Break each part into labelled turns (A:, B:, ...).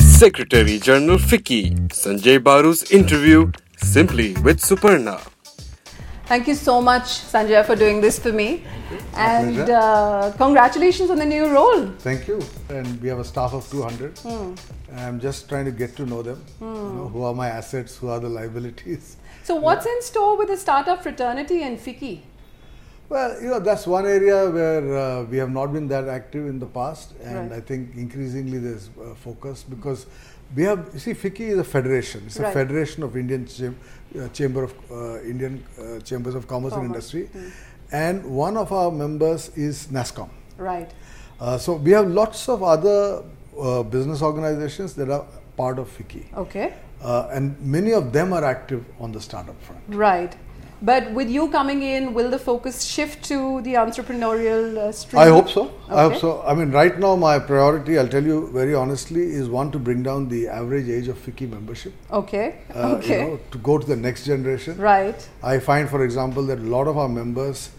A: Secretary General Fiki, Sanjay Baru's interview, Simply with Suparna.
B: Thank you so much, Sanjay, for doing this for me. And uh, congratulations on the new role.
C: Thank you. And we have a staff of 200.
B: Hmm.
C: And I'm just trying to get to know them. You know, who are my assets? Who are the liabilities?
B: So, what's in store with the startup fraternity and Fiki?
C: Well, you know, that's one area where uh, we have not been that active in the past, and
B: Right.
C: I think increasingly there's uh, focus because we have. You see, FICCI is a federation. It's
B: Right.
C: a federation of Indian cham- uh, chamber of uh, Indian uh, chambers of commerce, and
B: Commerce, Hmm.
C: industry, and one of our members is NASCOM.
B: Right.
C: Uh, so we have lots of other uh, business organizations that are part of FICCI,
B: Okay.
C: uh, and many of them are active on the startup front.
B: Right. But with you coming in, will the focus shift to the entrepreneurial uh, stream?
C: I hope so. I hope
B: Okay.
C: so. I mean, right now, my priority, I'll tell you very honestly, is one to bring down the average age of FICCI membership.
B: Okay.
C: uh, you
B: okay.
C: know, to go to the next generation.
B: Right.
C: I find, for example, that a lot of our members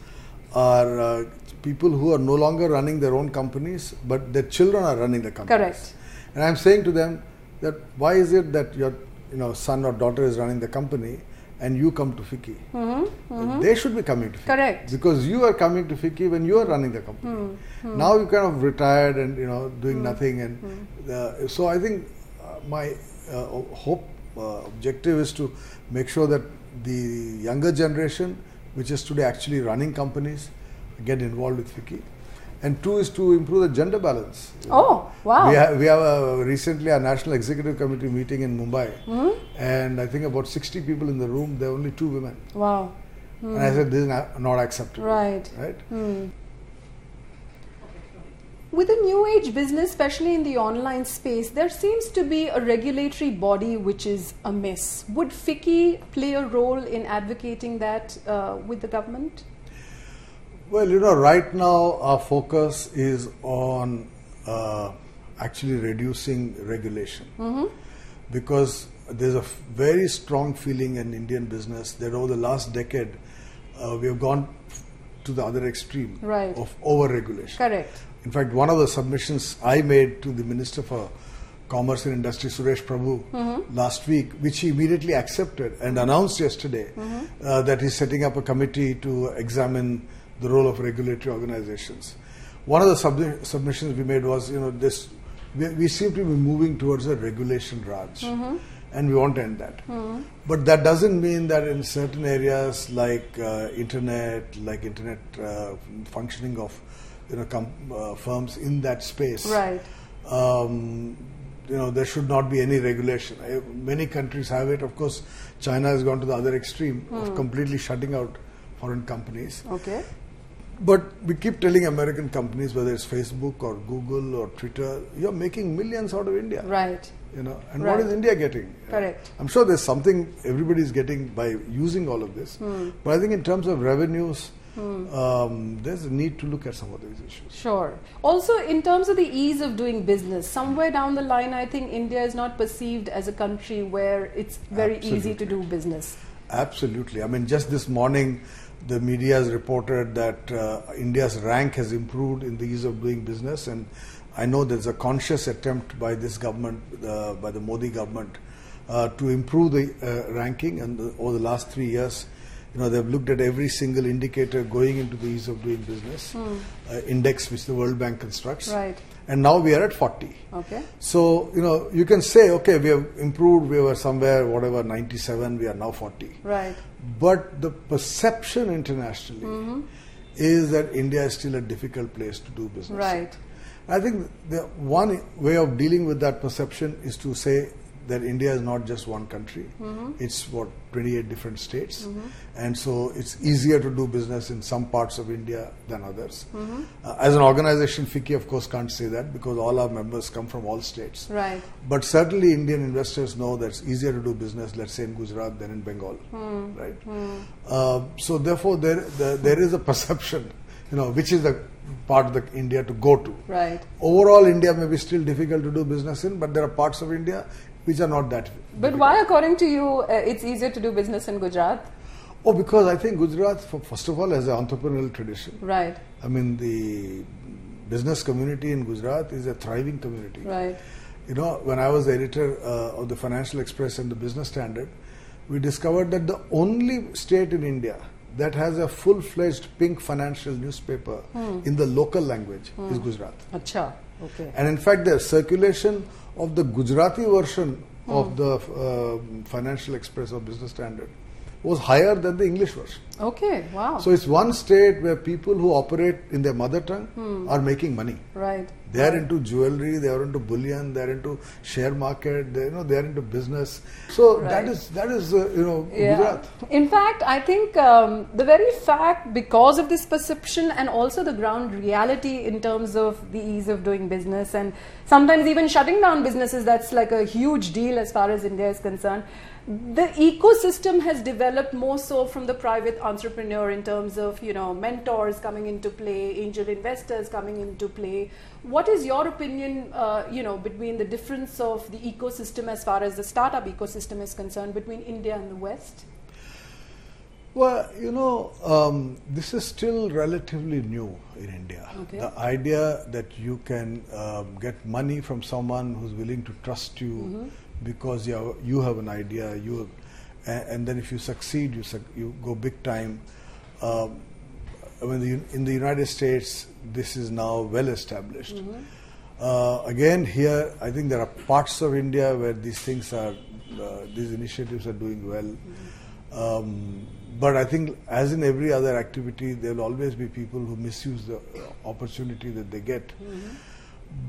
C: are uh, people who are no longer running their own companies, but their children are running the companies.
B: Correct.
C: And I'm saying to them that why is it that your you know son or daughter is running the company and you come to FICCI? They should be coming to FICCI.
B: Mm-hmm. Correct.
C: Because you are coming to FICCI when you are running the company.
B: Hmm,
C: Now you kind of retired and you know doing nothing and
B: hmm.
C: uh, so I think uh, my uh, hope uh, objective is to make sure that the younger generation, which is today actually running companies, get involved with FICCI. And two is to improve the gender balance. you know.
B: Oh, wow.
C: We have, we have a, recently a national executive committee meeting in Mumbai,
B: Hmm?
C: and I think about 60 people in the room. There are only two women,
B: Wow.
C: and I said this is not, not acceptable.
B: Hmm. Right.
C: Right.
B: With the new age business, especially in the online space, there seems to be a regulatory body which is amiss. Would FICCI play a role in advocating that uh, with the government?
C: Well, you know, right now our focus is on uh, actually reducing regulation because there's a f- very strong feeling in Indian business that over the last decade uh, we have gone f- to the other extreme
B: Right.
C: of over regulation.
B: Correct.
C: In fact, one of the submissions I made to the Minister for Commerce and Industry, Suresh Prabhu, last week, which he immediately accepted and announced yesterday uh, that he's setting up a committee to examine the role of regulatory organizations. One of the sub- submissions we made was, you know, this we, we seem to be moving towards a regulation Raj, and we want to end that. But that doesn't mean that in certain areas like uh, internet, like internet uh, functioning of you know com- uh, firms in that space,
B: Right.
C: Um, you know there should not be any regulation. I, many countries have it. Of course, China has gone to the other extreme
B: Hmm.
C: of completely shutting out foreign companies.
B: Okay.
C: But we keep telling American companies, whether it's Facebook or Google or Twitter, you're making millions out of India.
B: Right.
C: You know, and
B: Right.
C: what is India getting?
B: Correct.
C: I'm sure there's something everybody is getting by using all of this.
B: Hmm.
C: But I think in terms of revenues, um, there's a need to look at some of these issues.
B: Sure. Also, in terms of the ease of doing business, somewhere down the line, I think India is not perceived as a country where it's very easy to do business.
C: Absolutely. I mean, just this morning, the media has reported that uh, India's rank has improved in the ease of doing business, and I know there's a conscious attempt by this government, uh, by the Modi government, uh, to improve the uh, ranking. And the, over the last three years, you know, they've looked at every single indicator going into the ease of doing business uh, index, which the World Bank constructs.
B: Right.
C: And now we are at 40.
B: Okay.
C: So, you know, you can say, okay, we have improved, we were somewhere, whatever, 97, we are now 40.
B: Right.
C: But the perception internationally is that India is still a difficult place to do business.
B: Right.
C: I think the one way of dealing with that perception is to say that India is not just one country. It's what 28 different states, and so it's easier to do business in some parts of India than others. Uh, as an organization, FICCI of course can't say that because all our members come from all states.
B: Right.
C: But certainly, Indian investors know that it's easier to do business, let's say in Gujarat, than in Bengal,
B: Hmm.
C: right? Uh, so therefore, there the, there is a perception, you know, which is the part of the India to go to.
B: Right.
C: Overall, India may be still difficult to do business in, but there are parts of India which are not that.
B: But why, according to you, uh, it's easier to do business in Gujarat?
C: Oh, because I think Gujarat, for, first of all, has an entrepreneurial tradition.
B: Right.
C: I mean, the business community in Gujarat is a thriving community.
B: Right.
C: You know, when I was the editor uh, of the Financial Express and the Business Standard, we discovered that the only state in India that has a full fledged pink financial newspaper in the local language is Gujarat.
B: Acha. Okay.
C: And in fact, the circulation of the Gujarati version of the uh, Financial Express or Business Standard was higher than the English version.
B: Okay. Wow.
C: So it's one state where people who operate in their mother tongue are making money.
B: right.
C: They are into jewelry, they are into bullion, they are into share market, they, you know, they are into business. So that
B: Right.
C: is that is uh, you know Gujarat.
B: In fact, I think um, the very fact, because of this perception and also the ground reality in terms of the ease of doing business and sometimes even shutting down businesses, that's like a huge deal as far as India is concerned. The ecosystem has developed more so from the private entrepreneur in terms of you know mentors coming into play, angel investors coming into play. What is your opinion, uh, you know, between the difference of the ecosystem as far as the startup ecosystem is concerned between India and the West?
C: Well, you know, um, this is still relatively new in India.
B: Okay.
C: The idea that you can um, get money from someone who's willing to trust you
B: Mm-hmm.
C: because you have, you have an idea, you have, and, and then if you succeed, you suc you go big time. Um, I mean, the, in the United States, this is now well established.
B: Mm-hmm.
C: Uh, again, here I think there are parts of India where these things are, uh, these initiatives are doing well. Um, but I think, as in every other activity, there will always be people who misuse the uh, opportunity that they get.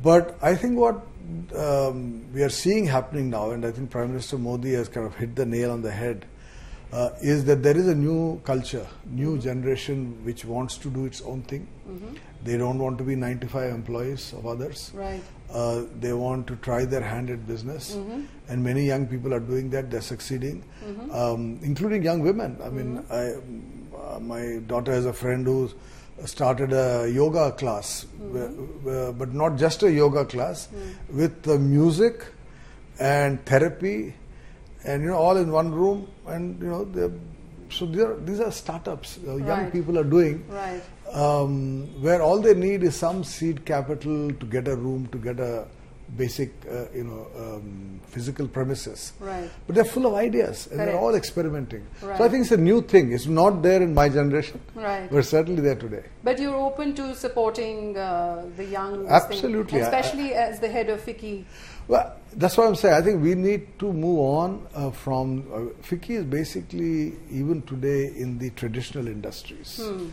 C: But I think what um, we are seeing happening now, and I think Prime Minister Modi has kind of hit the nail on the head, uh, is that there is a new culture, new generation which wants to do its own thing. They don't want to be 95 employees of others.
B: Right.
C: Uh, they want to try their hand at business,
B: Mm-hmm.
C: and many young people are doing that. They're succeeding, um, including young women. I mean,
B: Mm-hmm.
C: I, uh, my daughter has a friend who started a yoga class,
B: Mm-hmm.
C: where- where- but not just a yoga class,
B: Mm.
C: with uh, music and therapy, and you know, all in one room. And you know, they're- so these are, these are startups. Uh, young
B: Right.
C: people are doing
B: Right.
C: um, where all they need is some seed capital to get a room, to get a basic, uh, you know, um, physical premises.
B: Right.
C: But they're full of ideas and they're
B: Correct.
C: all experimenting. So I
B: Right.
C: think it's a new thing. It's not there in my generation.
B: Right.
C: We're certainly there today.
B: But you're open to supporting uh, the young, thing,
C: Absolutely.
B: especially as the head of FICCI.
C: Well, that's what I'm saying. I think we need to move on uh, from uh, Fiki is basically even today in the traditional industries.
B: Hmm.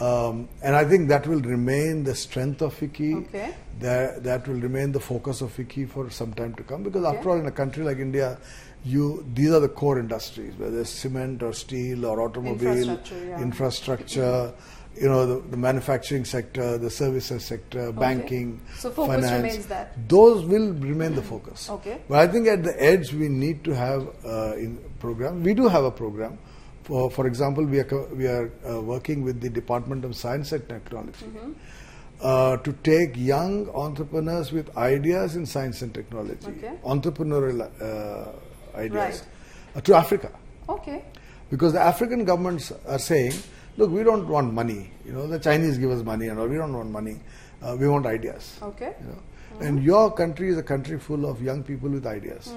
C: Um, and I think that will remain the strength of Fiki.
B: Okay.
C: That, that will remain the focus of Fiki for some time to come because, after
B: Okay.
C: all, in a country like India, you these are the core industries, whether it's cement or steel or automobile,
B: Infrastructure, yeah.
C: infrastructure, you know, the, the manufacturing sector, the services sector, banking,
B: So focus
C: finance.
B: remains that.
C: Those will remain the focus.
B: Okay.
C: But I think at the edge we need to have uh, in program. We do have a program. For, for example, we are co- we are uh, working with the Department of Science and Technology
B: Mm-hmm.
C: uh, to take young entrepreneurs with ideas in science and technology,
B: Okay.
C: entrepreneurial uh, ideas,
B: Right.
C: uh, to Africa
B: Okay.
C: because the African governments are saying, look, we don't want money. You know, the Chinese give us money and all. We don't want money. Uh, we want ideas.
B: Okay.
C: You know? And your country is a country full of young people with ideas.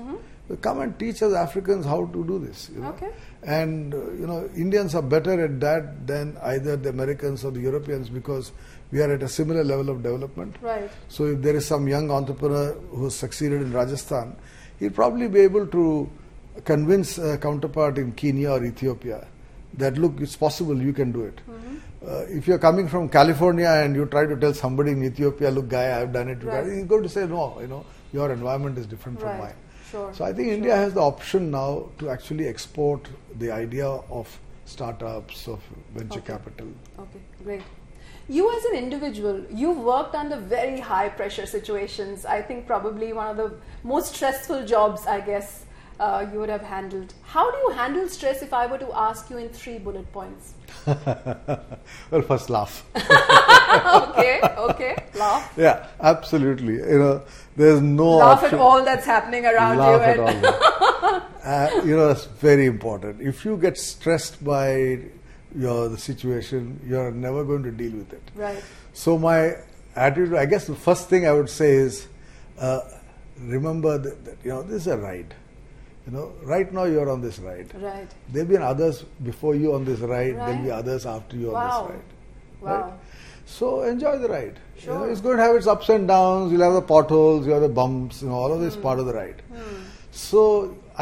C: So come and teach us Africans how to do this. You know?
B: Okay.
C: And uh, you know, Indians are better at that than either the Americans or the Europeans because we are at a similar level of development.
B: Right.
C: So if there is some young entrepreneur who has succeeded in Rajasthan, he'll probably be able to convince a counterpart in Kenya or Ethiopia that look, it's possible, you can do it.
B: Mm-hmm.
C: Uh, if you're coming from California and you try to tell somebody in Ethiopia, look, guy, I've done it, you
B: Right.
C: guys," he's going to say, no, you know, your environment is different from
B: Right.
C: mine.
B: Sure.
C: So I think India has the option now to actually export the idea of startups, of venture
B: Okay.
C: capital.
B: Okay. Great. You as an individual, you've worked under very high pressure situations. I think probably one of the most stressful jobs, I guess, uh, you would have handled. How do you handle stress if I were to ask you in three bullet points?
C: well, first laugh.
B: okay. Okay. Laugh.
C: Yeah, absolutely. You know, there's no
B: Laugh
C: option.
B: at all that's happening around
C: Laugh
B: you.
C: at
B: and-
C: all. uh, you know, it's very important. If you get stressed by your the situation, you're never going to deal with it.
B: Right.
C: So my attitude, I guess, the first thing I would say is, uh, remember that, that you know this is a ride. You know, right now you are on this ride.
B: Right.
C: There'll be others before you on this ride. There'll be
B: Right.
C: others after you
B: Wow.
C: on this ride.
B: Wow.
C: Right? So enjoy the ride. You know,
B: Sure.
C: it's going to have its ups and downs. You'll have the potholes, you'll have the bumps, you know, all of
B: Hmm.
C: this part of the ride. So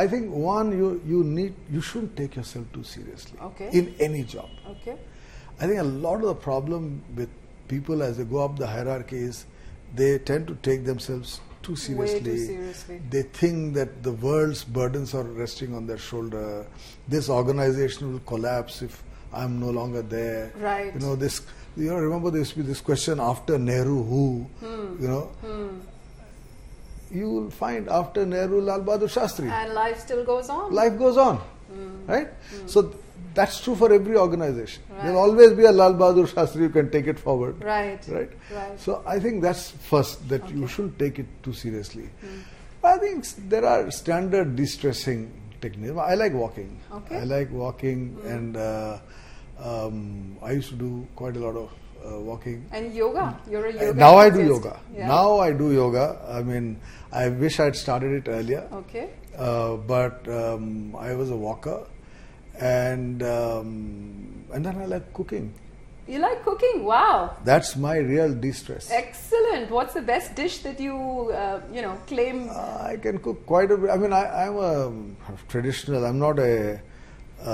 C: I think one, you you need you shouldn't take yourself too seriously
B: Okay.
C: in any job.
B: Okay.
C: I think a lot of the problem with people as they go up the hierarchy is they tend to take themselves too seriously.
B: Way too seriously.
C: They think that the world's burdens are resting on their shoulder. This organization will collapse if I'm no longer there.
B: Right.
C: You know this. You know, remember there used to be this question after Nehru, who?
B: Hmm.
C: You know. You will find after Nehru, Lal Bahadur Shastri
B: And life still goes on.
C: life goes on
B: hmm.
C: right so th- that's true for every organization
B: Right.
C: there'll always be a lal bahadur shastri who can take it forward
B: Right.
C: right
B: Right.
C: so i think that's first that you shouldn't take it too seriously
B: Hmm.
C: i think s- there are standard de-stressing techniques i like walking
B: Okay. Hmm.
C: i like walking and uh, um, i used to do quite a lot of uh, walking
B: And yoga. You're a
C: uh,
B: yoga.
C: now I do
B: enthusiast.
C: yoga.
B: Yeah.
C: Now I do yoga. I mean, I wish I'd started it earlier.
B: Okay.
C: Uh, but um, I was a walker, and um, and then I like cooking.
B: You like cooking? Wow.
C: That's my real de-stress.
B: Excellent. What's the best dish that you uh, you know claim?
C: I can cook quite a bit. I mean, I, I'm a traditional. I'm not a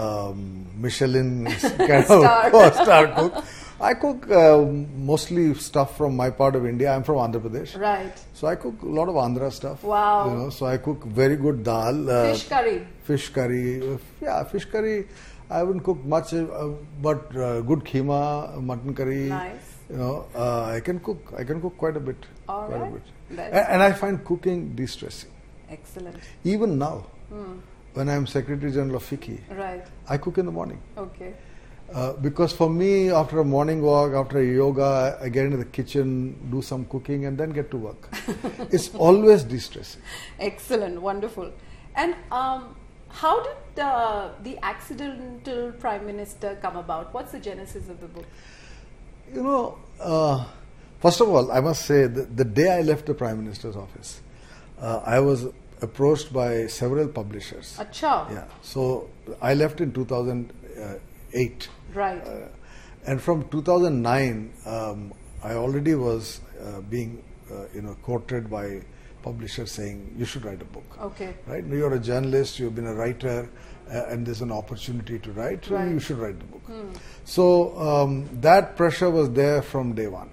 C: um, Michelin kind
B: Star.
C: of four star cook. I cook uh, mostly stuff from my part of India. I'm from Andhra Pradesh.
B: Right.
C: So I cook a lot of Andhra stuff.
B: Wow.
C: You know, so I cook very good dal. uh,
B: Fish curry.
C: fish curry. uh, Yeah, fish curry. I haven't cooked much, uh, but uh, good keema, uh, mutton curry.
B: Nice.
C: You know, uh, I can cook. I can cook quite a bit.
B: All
C: quite
B: right.
C: a bit.
B: That's-
C: And, and I find cooking de-stressing.
B: Excellent.
C: Even now,
B: Hmm.
C: when I'm Secretary General of FICCI,
B: Right.
C: I cook in the morning.
B: Okay.
C: Uh, because for me, after a morning walk, after a yoga, I get into the kitchen, do some cooking, and then get to work. it's always de-stressing.
B: Excellent, wonderful. And um, how did uh, the accidental prime minister come about? What's the genesis of the book?
C: You know, uh, first of all, I must say that the day I left the Prime Minister's office, uh, I was approached by several publishers.
B: Acha,
C: Yeah, so I left in 2008.
B: right,
C: Uh, and from 2009, um, I already was uh, being, uh, you know, courted by publishers saying, you should write a book.
B: okay,
C: Right? You're a journalist, you've been a writer, uh, and there's an opportunity to write,
B: Right.
C: you should write the book. So um, that pressure was there from day one.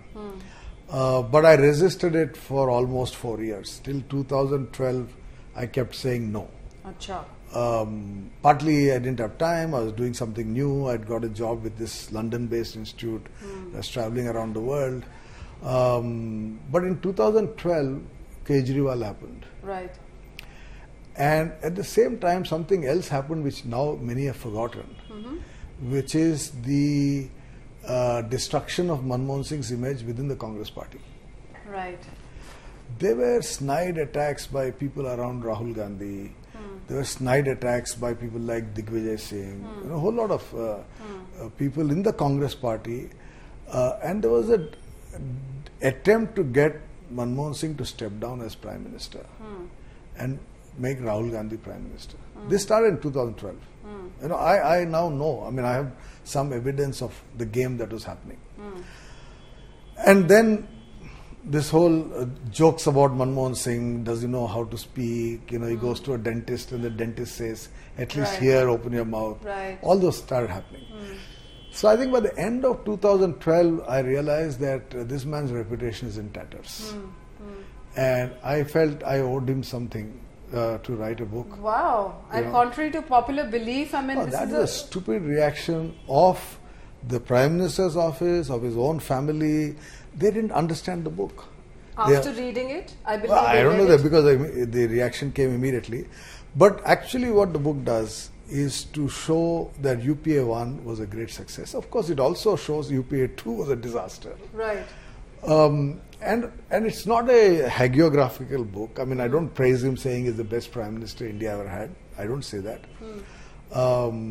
C: Uh, but I resisted it for almost four years. Till 2012, I kept saying no.
B: acha,
C: Um, partly I didn't have time, I was doing something new, I'd got a job with this London based institute, I was traveling around the world. Um, but in 2012, Kejriwal happened.
B: right,
C: And at the same time, something else happened which now many have forgotten, which is the uh, destruction of Manmohan Singh's image within the Congress party.
B: right,
C: There were snide attacks by people around Rahul Gandhi. There were snide attacks by people like Digvijay Singh, you know, a whole lot of uh, uh, people in the Congress party. Uh, and there was an attempt to get Manmohan Singh to step down as Prime Minister and make Rahul Gandhi Prime Minister. This started in 2012. You know, I, I now know, I mean, I have some evidence of the game that was happening. And then this whole uh, jokes about Manmohan Singh, does he know how to speak? You know, he goes to a dentist and the dentist says, at least
B: Right.
C: here, open your mouth.
B: Right.
C: All those started happening. So I think by the end of 2012, I realized that uh, this man's reputation is in tatters. And I felt I owed him something uh, to write a book.
B: wow. And
C: Yeah.
B: contrary to popular belief, I mean,
C: Oh,
B: this
C: that
B: is
C: is a
B: a,
C: stupid reaction of the Prime Minister's office, of his own family. They didn't understand the book. They-
B: after reading it, I believe.
C: well,
B: they
C: I don't know
B: read
C: that
B: it.
C: because I, the reaction came immediately. But actually, what the book does is to show that UPA 1 was a great success. Of course, it also shows UPA 2 was a disaster.
B: Right,
C: Um, and and it's not a hagiographical book. I mean, I don't praise him saying he's the best prime minister India ever had. I don't say that. Um,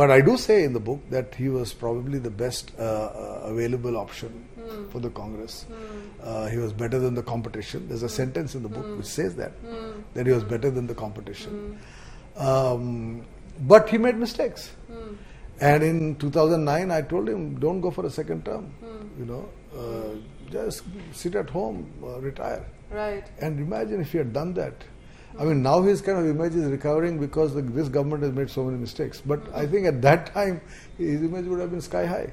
C: but I do say in the book that he was probably the best uh, uh, available option for the Congress. Uh, he was better than the competition. There's a sentence in the book which says that that he was better than the competition. Um, but he made mistakes. And in 2009, I told him, "Don't go for a second term. You know, uh, just sit at home, uh, retire."
B: Right.
C: And imagine if he had done that. I mean, now his kind of image is recovering because the, this government has made so many mistakes. But I think at that time, his image would have been sky high.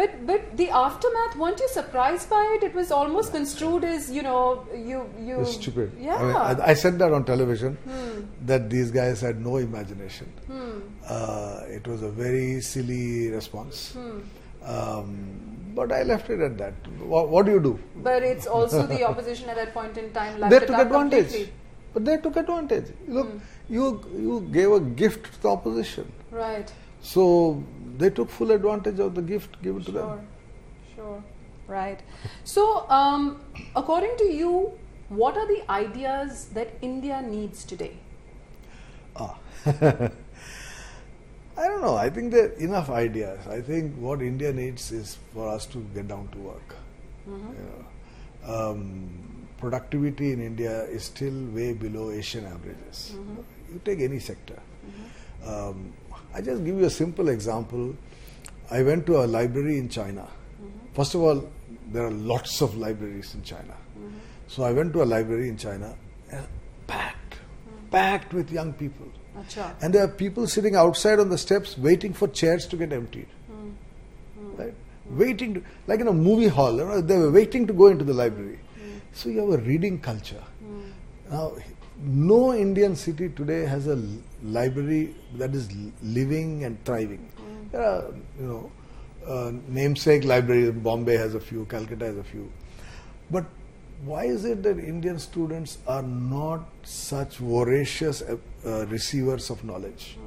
B: But but the aftermath, weren't you surprised by it? It was almost construed as you know you you
C: It's stupid.
B: Oh, Yeah.
C: I, mean, I, I said that on television that these guys had no imagination. Uh, it was a very silly response. Um, but I left it at that. What, what do you do?
B: but it's also the opposition at that point in time. lapped
C: they
B: it
C: took
B: up
C: advantage.
B: completely.
C: But they took advantage. Look, you you gave a gift to the opposition,
B: Right.
C: so they took full advantage of the gift given to
B: Sure.
C: them.
B: Sure. Right. So, um, according to you, what are the ideas that India needs today?
C: Ah. I don't know. I think there are enough ideas. I think what India needs is for us to get down to work. You know. um, productivity in India is still way below Asian averages. You take any sector. Um, I just give you a simple example. I went to a library in China. First of all, there are lots of libraries in China. So I went to a library in China, and packed, packed with young people.
B: Acha.
C: And there are people sitting outside on the steps waiting for chairs to get emptied. Right? Waiting, to, like in a movie hall, you know, they were waiting to go into the library. So you have a reading culture. Now, no Indian city today has a l- library that is l- living and thriving. There are, you know, uh, namesake libraries. Bombay has a few, Calcutta has a few. But why is it that Indian students are not such voracious uh, uh, receivers of knowledge?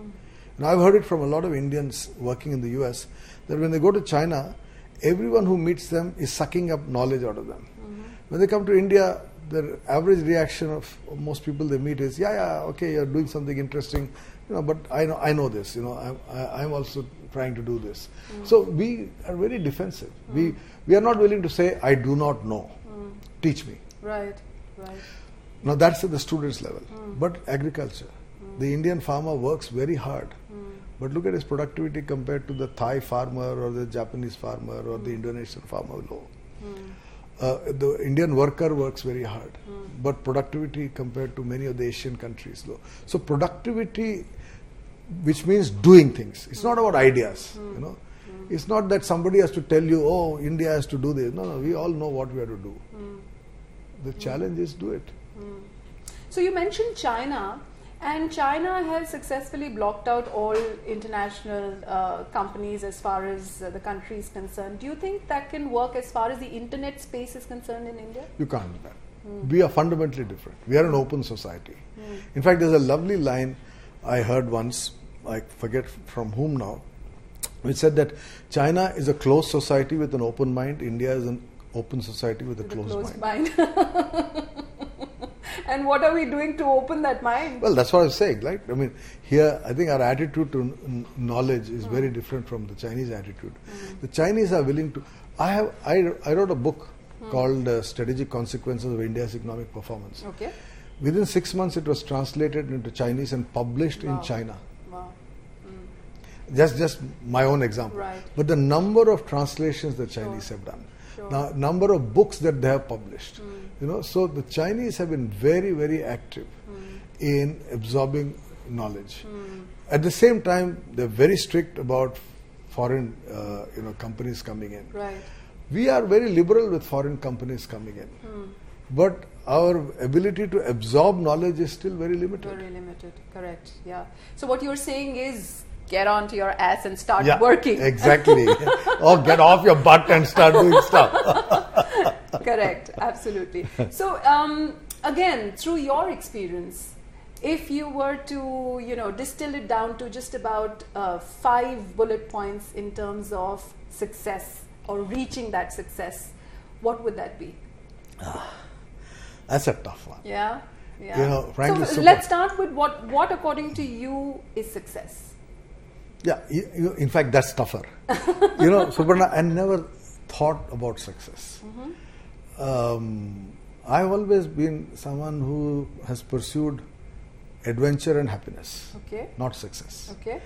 C: Now, I've heard it from a lot of Indians working in the US that when they go to China, everyone who meets them is sucking up knowledge out of them. When they come to India, the average reaction of most people they meet is, "Yeah, yeah, okay, you're doing something interesting, you know." But I know, I know this, you know. I'm, I, I'm also trying to do this. So we are very defensive. We we are not willing to say, "I do not know." Teach me.
B: Right. Right.
C: Now that's at the students level. But agriculture, the Indian farmer works very hard. But look at his productivity compared to the Thai farmer or the Japanese farmer or the Indonesian farmer. Low. Uh, the Indian worker works very hard, but productivity compared to many of the Asian countries low. So productivity, which means doing things. It's not about ideas. You know, it's not that somebody has to tell you, oh, India has to do this. No, no, we all know what we have to do. The challenge is do it.
B: So you mentioned China, and China has successfully blocked out all international uh, companies as far as uh, the country is concerned. Do you think that can work as far as the internet space is concerned in India?
C: You can't do that. We are fundamentally different. We are an open society. In fact, there's a lovely line I heard once, I forget from whom now, which said that China is a closed society with an open mind, India is an open society with a
B: The
C: closed mind.
B: mind. and what are we doing to open that mind?
C: Well, that's what I'm saying, right? I mean, here, I think our attitude to n- knowledge is very different from the Chinese attitude. The Chinese are willing to. I have. I, I wrote a book called uh, Strategic Consequences of India's Economic Performance.
B: Okay.
C: Within six months, it was translated into Chinese and published
B: Wow.
C: in China.
B: Wow.
C: Just, just my own example.
B: Right.
C: But the number of translations the Chinese have done,
B: Sure. Hmm.
C: now number of books that they have published, you know. So the Chinese have been very, very active
B: Hmm.
C: in absorbing knowledge. At the same time, they're very strict about foreign, uh, you know, companies coming in
B: Right.
C: we are very liberal with foreign companies coming in
B: Hmm.
C: but our ability to absorb knowledge is still very limited
B: Very limited. Correct. Yeah. So what you're saying is get onto your ass and start
C: yeah
B: working.
C: exactly or get off your butt and start doing stuff
B: Correct, absolutely. So, um, again, through your experience, if you were to, you know, distill it down to just about uh, five bullet points in terms of success or reaching that success, what would that be?
C: that's a tough one
B: Yeah, yeah.
C: You know, frankly,
B: so
C: super-
B: let's start with what what according to you is success.
C: Yeah, you, you, in fact, that's tougher. you know, Suparna, I never thought about success. Um, I've always been someone who has pursued adventure and happiness,
B: Okay.
C: not success.
B: Okay.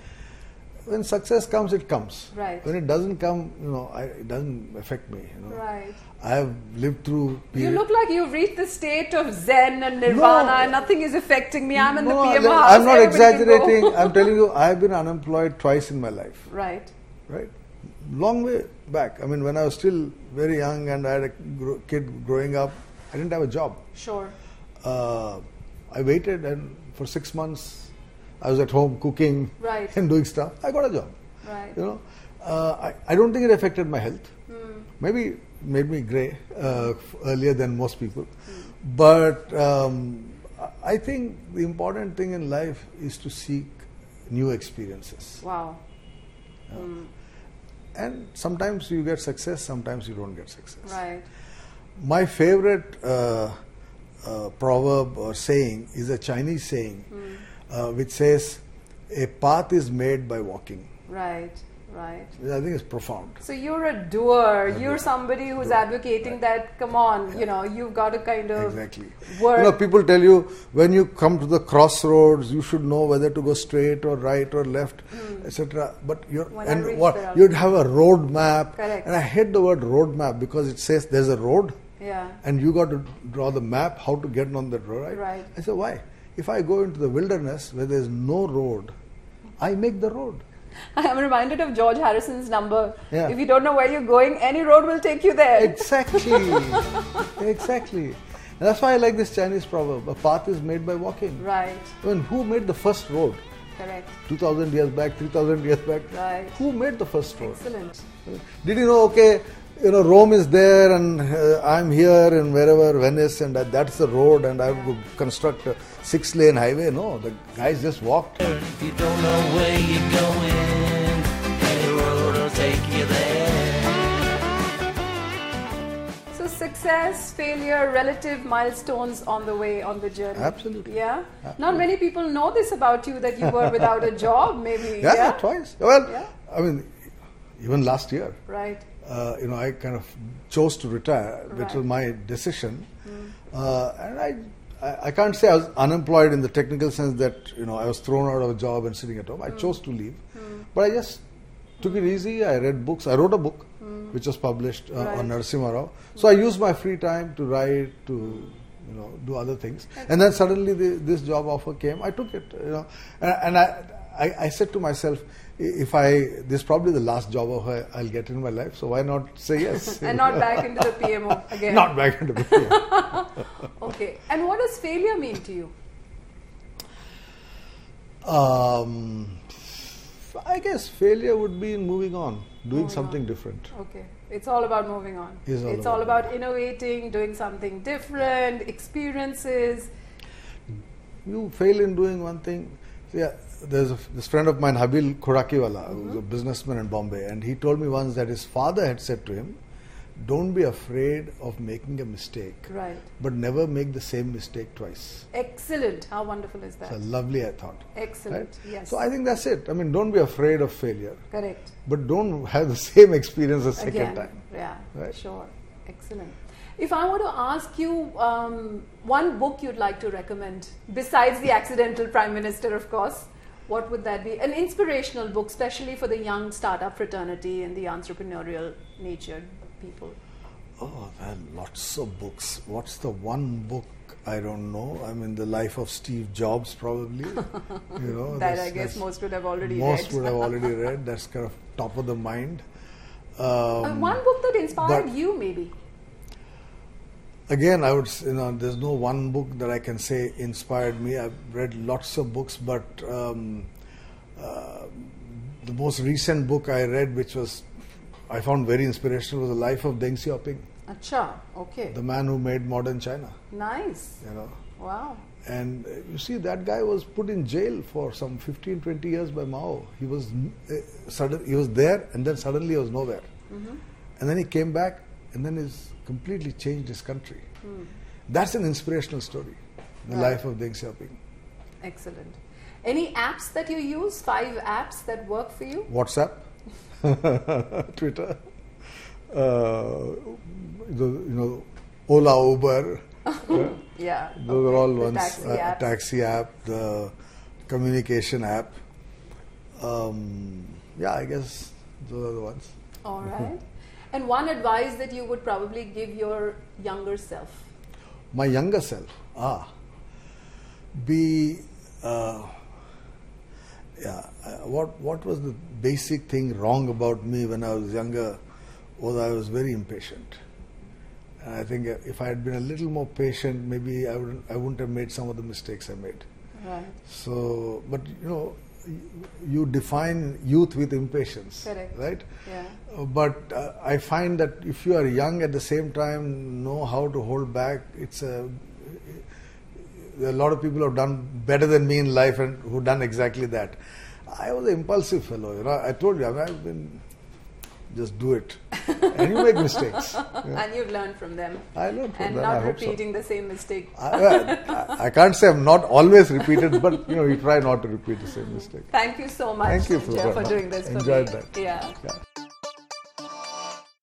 C: When success comes, it comes.
B: Right.
C: When it doesn't come, you know, I, it doesn't affect me. You know,
B: Right.
C: I have lived through.
B: You
C: period-
B: look like you've reached the state of zen and nirvana,
C: No.
B: and nothing is affecting me. I'm in
C: No,
B: the PM house.
C: I'm not
B: everybody can go.
C: exaggerating. I'm telling you, I've been unemployed twice in my life.
B: right.
C: right? Long way back. I mean, when I was still very young and I had a gro- kid growing up, I didn't have a job.
B: Sure.
C: Uh, I waited, and for six months, I was at home cooking
B: Right.
C: and doing stuff. I got a job.
B: Right.
C: You know, uh, I, I don't think it affected my health. Maybe it made me gray uh, f- earlier than most people, but um, I- I think the important thing in life is to seek new experiences.
B: Wow.
C: And sometimes you get success, sometimes you don't get success.
B: Right.
C: My favorite uh, uh, proverb or saying is a Chinese saying, uh, which says, "A path is made by walking."
B: Right. Right.
C: Which I think is profound.
B: So you're a doer. You're somebody who's advocating that. Come on, you know, you've got to kind of
C: Exactly.
B: work.
C: You know, people tell you when you come to the crossroads, you should know whether to go straight or right or left, etc. But you're
B: Hmm. When I
C: and
B: reach
C: what
B: there, I'll-
C: you'd have a road map.
B: Correct.
C: And I hate the word road map because it says there's a road.
B: yeah.
C: and you got to draw the map how to get on that road. Right?
B: Right.
C: I said, why? If I go into the wilderness where there's no road, I make the road.
B: I am reminded of George Harrison's number.
C: Yeah.
B: If you don't know where you're going, any road will take you there.
C: Exactly. exactly. And that's why I like this Chinese proverb: a path is made by walking.
B: right.
C: I mean, who made the first road?
B: Correct.
C: 2,000 years back, 3,000 years back.
B: Right.
C: Who made the first road?
B: Excellent.
C: Did you know? Okay, you know Rome is there, and uh, I'm here, and wherever Venice, and that, that's the road, and I would construct a six-lane highway. No, the guys just walked.
D: If you don't know where you're going, any road will take you there.
B: So success, failure, relative milestones on the way, on the journey.
C: Absolutely.
B: Yeah. Not many people know this about you that you were without a job, maybe.
C: Yeah, twice. Well,
B: Yeah.
C: I mean, even last year,
B: Right.
C: uh, you know, I kind of chose to retire, which
B: Right.
C: was my decision, uh, and I. I I can't say I was unemployed in the technical sense that you know I was thrown out of a job and sitting at home. I chose to leave, but I just took it easy. I read books. I wrote a book, which was published uh, on
B: Right.
C: Narasimha Rao. So I used my free time to write, to you know, do other things. And then suddenly the, this job offer came. I took it, you know, and, and I, I I said to myself, "I- if I this is probably the last job offer I'll get in my life, so why not say yes?
B: And not back into the PMO again.
C: Not back into the field.
B: Okay. And what does failure mean to you?
C: Um, I guess failure would be in moving on,
B: Oh,
C: doing something different.
B: Okay. It's all about moving on.
C: It's all
B: it's
C: about
B: all about innovating, doing something different, experiences.
C: You fail in doing one thing. Yeah, there's a, this friend of mine, Habil Khurakiwala,
B: Mm-hmm.
C: who's a businessman in Bombay, and he told me once that his father had said to him, "Don't be afraid of making a mistake,
B: Right.
C: but never make the same mistake twice."
B: Excellent. How wonderful is
C: It's a
B: that?
C: lovely, I thought.
B: Excellent.
C: Right?
B: Yes.
C: So I think that's it. I mean, don't be afraid of failure,
B: Correct.
C: but don't have the same experience the second
B: Again.
C: time.
B: Yeah.
C: Right?
B: Sure. Excellent. If I were to ask you um, one book you'd like to recommend, besides The Accidental Prime Minister, of course, what would that be? An inspirational book, especially for the young startup fraternity and the entrepreneurial natured people.
C: Oh, there are lots of books. What's the one book I don't know? I mean, the life of Steve Jobs, probably. You
B: that
C: know, Oh, that's-
B: I guess
C: that's-
B: most would have already
C: most
B: read.
C: would have already read. That's kind of top of the mind. Um,
B: Uh, one book that inspired
C: but-
B: you, maybe.
C: again, I would s- you know, there's no one book that I can say inspired me. I've read lots of books, but um, uh, the most recent book I read, which was I found very inspirational, was the life of Deng Xiaoping,
B: Acha, okay.
C: the man who made modern China.
B: nice.
C: You know.
B: Wow.
C: And uh, you see, that guy was put in jail for some 15, 20 years by Mao. He was n- uh, sudden, he was there, and then suddenly he was nowhere. And then he came back, and then he's completely changed his country. That's an inspirational story, the
B: Right.
C: life of Deng Xiaoping.
B: Excellent. Any apps that you use? Five apps that work for you?
C: WhatsApp, Twitter, uh, the, you know, Ola, Uber. yeah.
B: Yeah.
C: Those
B: okay.
C: are all
B: The
C: ones.
B: Taxi
C: uh,
B: app.
C: taxi app, the communication app. Um, yeah, I guess those are the ones.
B: all
C: Mm-hmm.
B: right. And one advice that you would probably give your younger self.
C: My younger self, ah, be, uh, yeah. uh, What what was the basic thing wrong about me when I was younger? Was I was very impatient. And I think if I had been a little more patient, maybe I wouldn't I wouldn't have made some of the mistakes I made.
B: Right.
C: So, but you know, y- you define youth with impatience,
B: Correct.
C: right?
B: Yeah.
C: Uh, But uh, I find that if you are young at the same time, know how to hold back. It's a there are a lot of people who have done better than me in life and who done exactly that. I was an impulsive fellow, you know. I told you, I mean, I've been just do it, and you make mistakes.
B: And you've learned from them.
C: I learned from
B: and
C: that. I
B: not
C: hope so.
B: repeating the same mistake.
C: I, I, I can't say I'm not always repeated, but you know, you try not to repeat the same mistake.
B: Thank you so much,
C: Thank you
B: Sanjay,
C: for,
B: for doing this for
C: Enjoyed
B: me.
C: that.
B: Yeah.
C: Yeah.